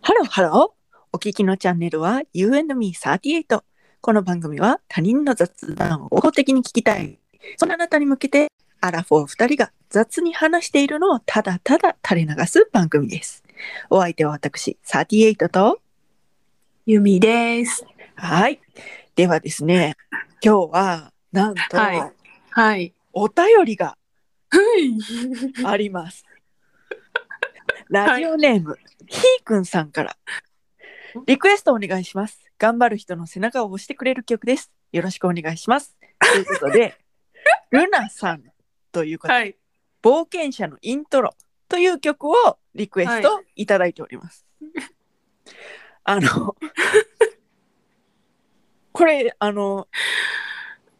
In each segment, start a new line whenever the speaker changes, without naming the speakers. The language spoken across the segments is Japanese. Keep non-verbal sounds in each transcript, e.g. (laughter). ハローハロー。お聞きのチャンネルは You and Me38。この番組は他人の雑談を合法的に聞きたい。そんなあなたに向けて、アラフォー2人が雑に話しているのをただただ垂れ流す番組です。お相手は私、38と、
ゆみです。
はい。ではですね、今日は、なんと、
はいはい。
お便りが (laughs) あります。ラジオネーム、ひーくんさんから。リクエストお願いします。頑張る人の背中を押してくれる曲です。よろしくお願いします。ということ
(laughs)
で、ルナさんということで、
はい。
冒険者のイントロという曲をリクエストいただいております。あの、これ、あの、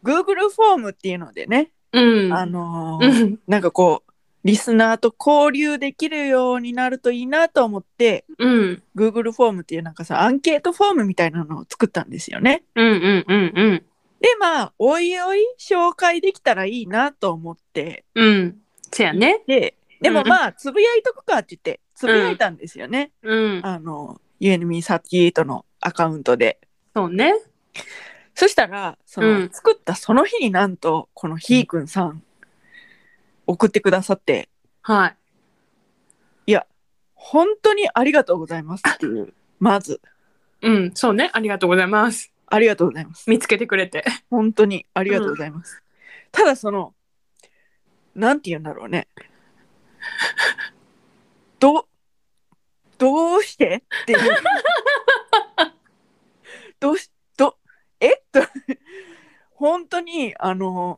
Google フォームっていうのでね、
うん。
あの
う
ー
ん。
なんかこうリスナーと交流できるようになるといいなと思って
うん。
Google フォームっていうなんかさアンケートフォームみたいなのを作ったんですよね。
うん。うん。うん。うん。
でまあおいおい紹介できたらいいなと思って
うん。せやね。
ででも
うん
まあつぶやいとくかって言ってつぶやいたんですよね、
うん。
あの UNME38 のアカウントで。
そうね。
そしたらその、
うん
作ったその日になんとこのひーくんさん送ってくださって。
はい。
いや、本当にありがとうございますっていう。まず、
うん。そうね。ありがとうございます。
ありがとうございます。
見つけてくれて。
本当にありがとうございます。ただその、なんて言うんだろうね。 (laughs) ど、どうしてっていう。どうし、ど、えっと、本当に、あの、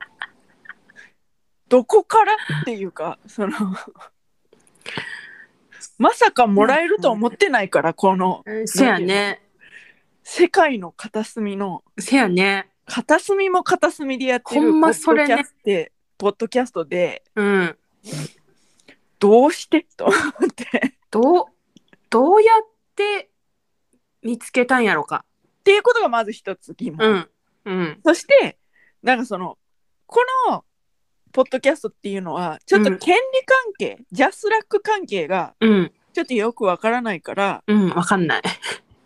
どこからっていうか、その、まさかもらえると思ってないから、この
せやね。
世界の片隅の
せやね。
片隅も片隅でやってる
ほんまそれね
ポッドキャストでポッドキャストで
うん。
どうしてと思って。
どう、どうやって見つけたんやろか。
っていうことがまず一つ疑問。
うん。うん。
そしてなんかそのこのポッドキャストっていうのはちょっと
うん
権利関係、ジャスラック関係が
うん。
ちょっとよくわからないから
うん。わかんない。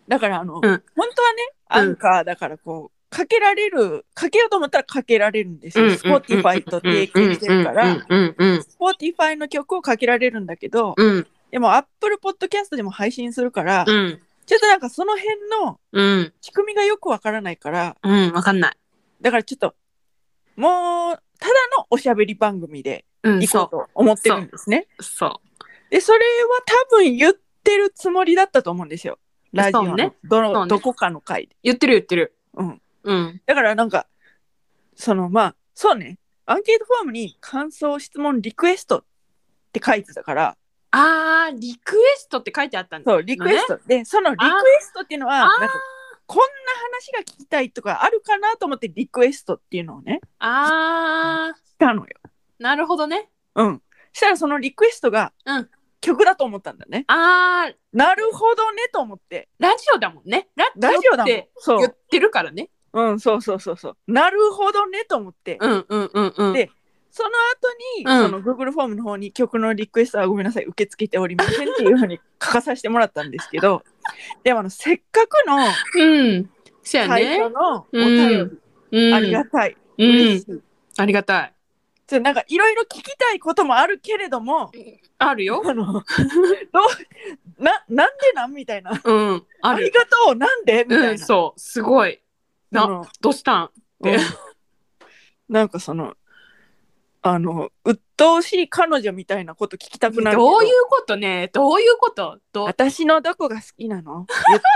だからあの、
うん
本当はね
うん
アンカーだからこう。かけられるかけようと思ったらかけられるんですよ。Spotify と提携してるから、
うん。うん。
Spotify の曲をかけられるんだけど、
うん。
でも Apple Podcast でも配信するから、
うん。
ちょっとなんかその辺の
うん。
仕組みがよくわからないから、
うん。わかんない。
だからちょっと、もう、ただのおしゃべり番組で
うん。
行こう
そ
と思ってるんですね。
う。そう。
で、それは多分言ってるつもりだったと思うんですよ。ラジオ
そ
の、
うね
どの
そうね
どこかの回で。
言ってる言ってる。
うん。
うん。
だからなんか、そのまあ、そうね、アンケートフォームに感想、質問、リクエストって書いてたから、
あー、リクエストって書いてあったんだ。
そう、リクエスト。で、そのリクエストっていうのは、
あー
なんか、こんな話が聞きたいとかあるかなと思ってリクエストっていうのをね、
あ
したのよ。
ー、なるほどね。
うん。したらそのリクエストが、
うん
曲だと思ったんだね。
あー、
なるほどねと思って。
ラジオだもんね。ラ
ラジ
ジ
オ
オ
だも
だも
ん
ん。。
そ
言っ
う。
てるからね。
うん、そうそうそうそう。なるほどねと思って。
うんうんうんうん。
でその後に、その Google フォームの方に曲のリクエストはごめんなさい受け付けておりませんっていうふうに書かさせてもらったんですけ
(laughs)
どでもあのせっかくの
うん。せや
最
ね
初。のお
う
便り、
ん。うん。
ありがたい。
う
嬉
ん
し。い
ありがたい。
ちょなんかいろいろ聞きたいこともあるけれども、
あるよ。
あのどうななんでなんみたいな。
うん。あ
あり
る。
がとうなんでみたいな。
うん、そう。すごい。な
その
どうしたん
うんなんかそのあの鬱陶しい彼女みたいなこと聞きたくなるけど。
どういうことねどういうことどう
私のどこが好きなの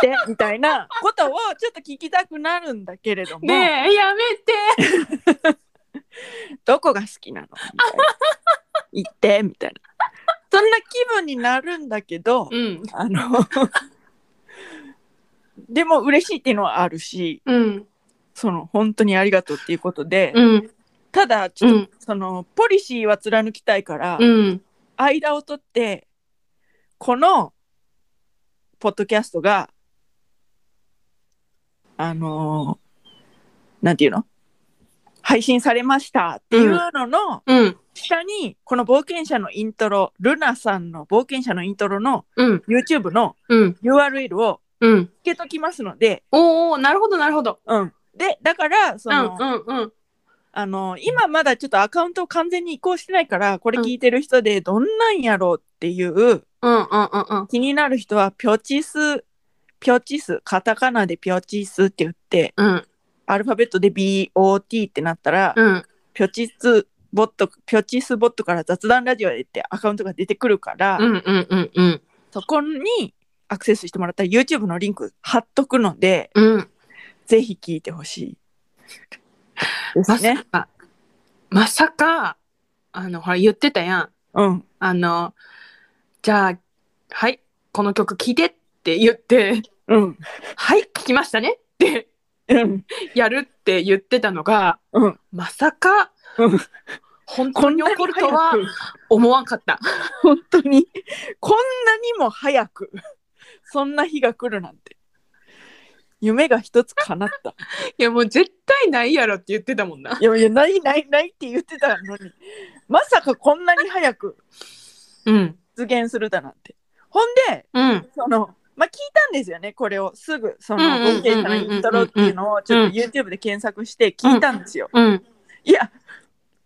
言って (laughs) みたいなことをちょっと聞きたくなるんだけれども、
ねえ、やめて。
どこが好きなのみたいな言ってみたいなそんな気分になるんだけど、
うん。
あのでも嬉しいっていうのはあるし
うん。
その本当にありがとうっていうことで、
うん。
ただち
う
ょっと、
ん。
そのポリシーは貫きたいから、
うん。
間を取ってこのポッドキャストがあのーなんていうの配信されましたっていうのの
うん。
下にこの冒険者のイントロルナさんの冒険者のイントロの
うん
YouTube の
うん
URL を
うん。
つけときますので、
おーおーなるほどなるほど。
うん、でだからそ
うんう
の、
んうん。
あの今まだちょっとアカウントを完全に移行してないからこれ聞いてる人でどんなんやろうっていう
うんうんうんうん。
気になる人はピョチスピョチスカタカナでピョチスって言って
うん
アルファベットで BOT ってなったら、
うん。
ピョチスボットピョチスボットから雑談ラジオへってアカウントが出てくるから、
うんうんうんうん。
そこにアクセスしてもらったら YouTube のリンク貼っとくので
うん。
ぜひ聞いてほしいで
ますさ
ね。
か、まさか、あの、ほら、言ってたやん。
うん、
あの、じゃあ、はい、この曲聴いてって言って、
うん、
はい、聴きましたねって
うん、
やるって言ってたのが、
うん、
まさか、
うん
本当に起こるとは
こんなに早く
思わんかった。
本当にこんなにも早くそんな日が来るなんて夢が一つ叶った
いや、もう絶対ないやろって言ってたもんな。
いやいやないないないって言ってたのにまさかこんなに早く
うん。
実現するだなんてほんで
うん。
そのまあ聞いたんですよねこれをすぐその
うんうんうんうんう
冒
ん
険者のイントロっていうのをちょっと YouTube で検索して聞いたんですよ
うん。
いや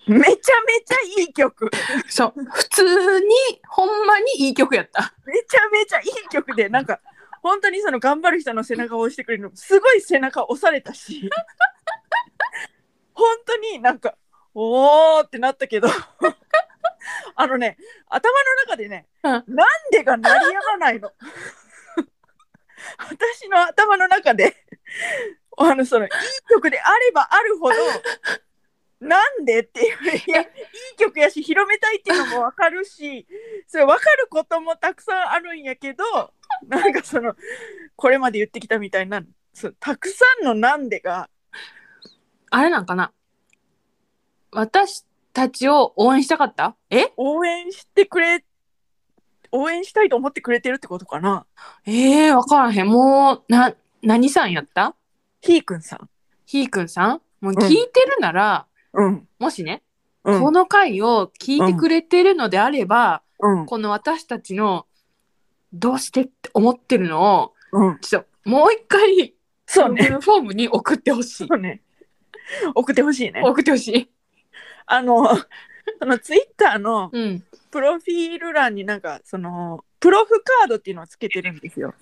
めちゃめちゃいい曲
そう。普通に、ほんまにいい曲やった。
めちゃめちゃいい曲でなんか本当にその頑張る人の背中を押してくれるのすごい背中押されたし本当になんかおーってなったけどあのね頭の中でね、
うん
なんでが鳴りやまないの私の頭の中であのそのいい曲であればあるほどなんでっていういやいい曲やし広めたいっていうのもわかるしそれ分かることもたくさんあるんやけどなんかそのこれまで言ってきたみたいなそうたくさんの「なんでが」
あれなんかな私たちを応援したかったえ
応援してくれ応援したいと思ってくれてるってことかな
ええー、わからへん。もう、な、何さんやった
ひーくんさん。
ひーくんさんもう聞いてるなら、
うん、
もしね、
うん
この回を聞いてくれてるのであれば、
うん
この私たちの、どうしてって思ってるのを、
うん、
ちょっともう一回、
そうね
Google フォームに送ってほしい
そ。うね送ってほしいね
送ってほしい。
あのそのツイッターの
うん。
プロフィール欄になんかそのプロフカードっていうのをつけてるんですよ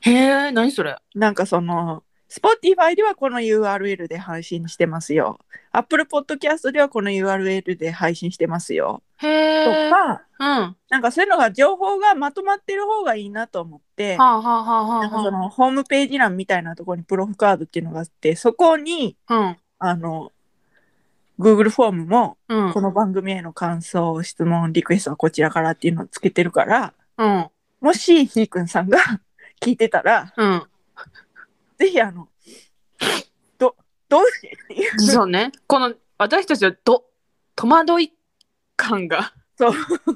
へえ、何それ
なんかその Spotify ではこの URL で配信してますよ Apple Podcast ではこの URL で配信してますよ
へ
と
え。うん。
か
は
なんかそういうのが情報がまとまってる方がいいなと思って
あ、はあはあは
なんかそ
あは
のホームページ欄みたいなところにプロフカードっていうのがあってそこに
あ。
あの Google フォームも
うん。うん
こ。の番組への感想質問リクエストはこちらからっていうのをつけてるから
うん。
もしひーくんさんが (laughs) 聞いてたら
うん。
ぜひあのどどうしてっていう
そうね。この私たちはど戸惑い感が
そ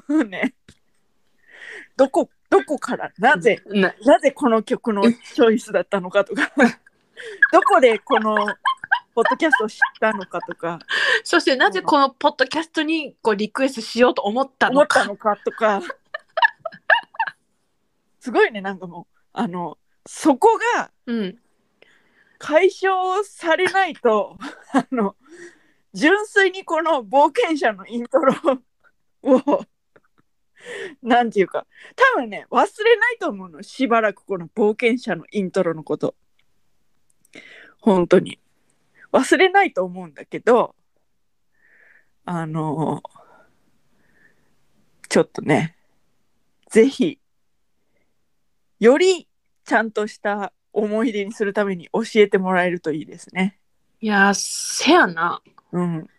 う (laughs) ねどこどこからなぜ
な
なぜこの曲のチョイスだったのかと (laughs) かどこでこのポッドキャストを知ったのかとか
そしてなぜこのポッドキャストにこうリクエストしようと思った
思っ
の
た
か。
のかとかすごいねなんかもうあのそこが
うん。
解消されないと (laughs) あの純粋にこの冒険者のイントロをなんていうか多分ね忘れないと思うのしばらくこの冒険者のイントロのこと本当に忘れないと思うんだけどあのちょっとねぜひよりちゃんとした思い出にするために教えてもらえるといいですね。
いやーせやな。
うん、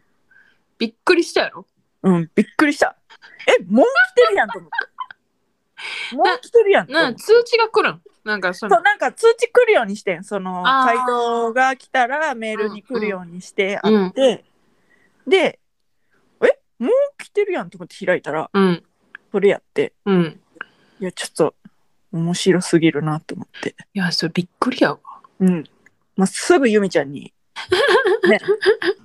びっくりしたやろ。
うん、びっくりした。え、もう来てるやんと思って。もう来てるやんと思
(laughs) な
っ
ん
て。
通知が来るん。なんかそ
そ
の
うなんか通知来るようにしてんその
あー
回答が来たらメールに来るようにしてあ
うん
って、でえもう来てるやんと思って開いたら
うん
それやって
うん。
いやちょっと面白すぎるなと思って
いやそれびっくりやわ。
うん、まあ、すぐゆみちゃんにね、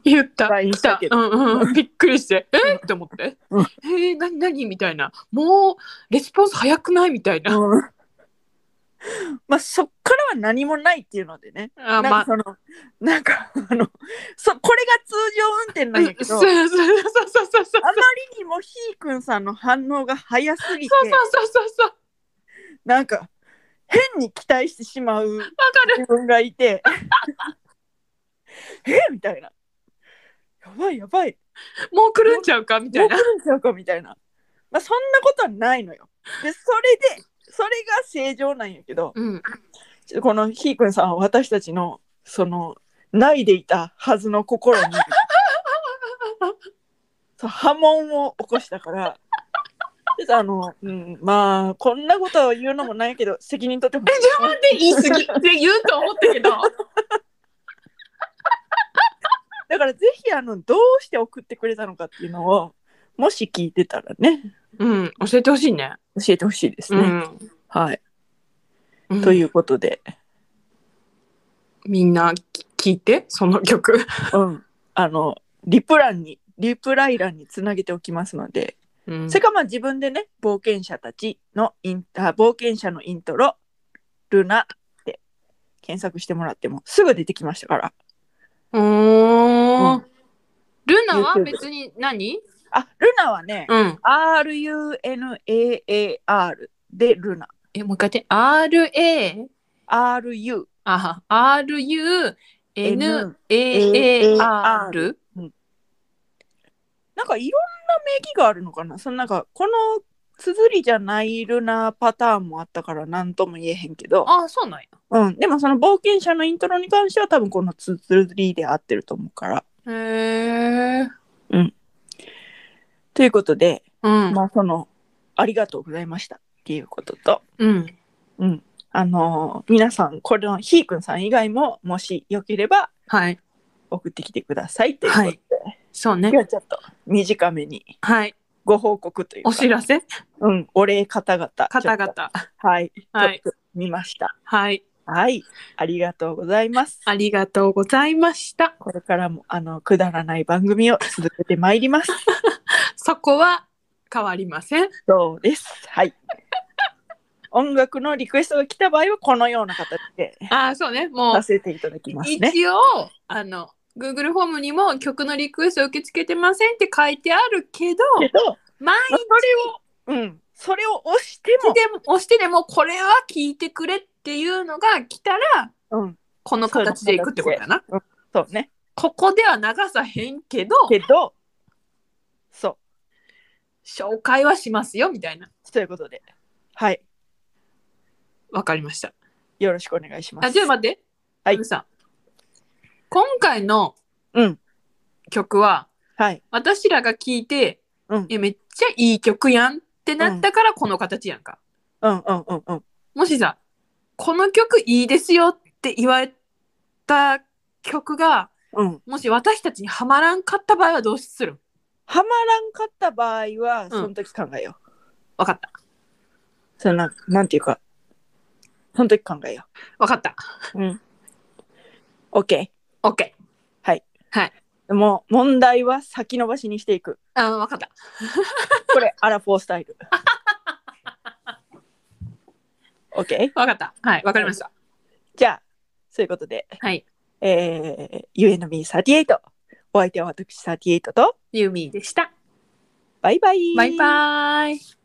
言った。
LINE
来
した
た
け。ど
うんうん。びっくりして。えって思って。
うん
えー、なになにみたいな。もう、レスポンス早くないみたいな。
うんまあそっからは何もないっていうのでね。な
あ、
ん
ま
か
あ。
そのなんかあのそこれが通常運転なんやけど
そうそうそうそうそうそう。
あまりにもひーくんさんの反応が早すぎて
そうそうそうそうそう。わ
なんか変に期待してしまう
かる。
自分がいて (laughs) えみたいなやばいやばい
もう来るんちゃうかみた
どう
い
来
な。
るんちゃうかみたいな、まあ、そんなことはないのよでそれでそれが正常なんやけど
うん。
ちょっとこのひーくんさんは私たちのそのないでいたはずの心
(laughs)
にそう波紋を起こしたからちょっとあの、うん、まあこんなことを言うのもないけど責任取ってほしい。
で、言い過ぎって言うと思ったけど。
だからぜひあのどうして送ってくれたのかっていうのをもし聞いてたらね
うん。教えてほしいね。
教えてほしいですね。はい、
うん。
と
という。
いうことで、
みんな聞いて、その曲。
うん、あのリプランにリプライ欄につなげておきますので、
うん
それからまあ自分でね冒険者たちのインあ冒険者のイントロルナって検索してもらってもすぐ出てきましたから
うー
うん
ん。ルナは
YouTube
別に何
あルナはね、
うん。
RUNAAR でルナ
え、もう一回言って。RA。
RU
あ、R-U-N-A-A-R?
なんかいろんな名義があるのかなそのなんかこの綴りじゃないルナパターンもあったから何とも言えへんけど、
あ、そうなんや。
うん、でもその冒険者のイントロに関しては多分この綴りで合ってると思うから。
へえ。
ということで、
うん。
まあそのありがとうございましたっていうことと、
うん。
うん、あのー皆さんこれのひーくんさん以外ももしよければ
はい。
送ってきてくださいということで、
そうね
今日。はちょっと短めに
はい。
ご報告というか
お知らせ
うん、お礼方々
方
ちょっと
々。
はい、
はい
ちょっと見ました。
はい。
はい、ありがとうございます。
ありがとうございました。
これからもあのくだらない番組を続けてまいります。
そこは変わりません。
そうです。はい。音楽のリクエストが来た場合はこのような形で
あ、そうね。もう
させていただきますね。
一応あの Google フォームにも曲のリクエスト受け付けてませんって書いてあるけど
けど、ま
毎
あそれをうん、それを押して
日でも押してでもこれは聞いてくれっていうのが来たら
も、うん、
この形でいくってことだな。
そうね。
ここでは流さへんけど
けど、そう、
紹介はしますよみたいな。
ということで、はい、
わかりました。
よろしくお願いします。
あちょっと待って。
はい
あのさ今回の
うん、
曲は
はい、
私らが聞いて
うん
い、やめっちゃいい曲やんってなったからこの形やんか。
うん、うん、うん、うん。
もしさ、この曲いいですよって言われた曲が、
うん、
もし私たちにはまらんかった場合はどうするん
はまらんかった場合は、その時考えよう。
わかった。
そのなんなんていうか、その時考えよ
わかった。
う。うん。OK。
OK。
もう問題は先延ばしにしていく。
あわかった。
これ、アラフォースタイル。OK?
わかった。はい。わかりました。
じゃあ、そういうことで、
はい。
えー、UNB38。お相手は私38と、
ユーミーでした。
バイバイ。
バイバーイ。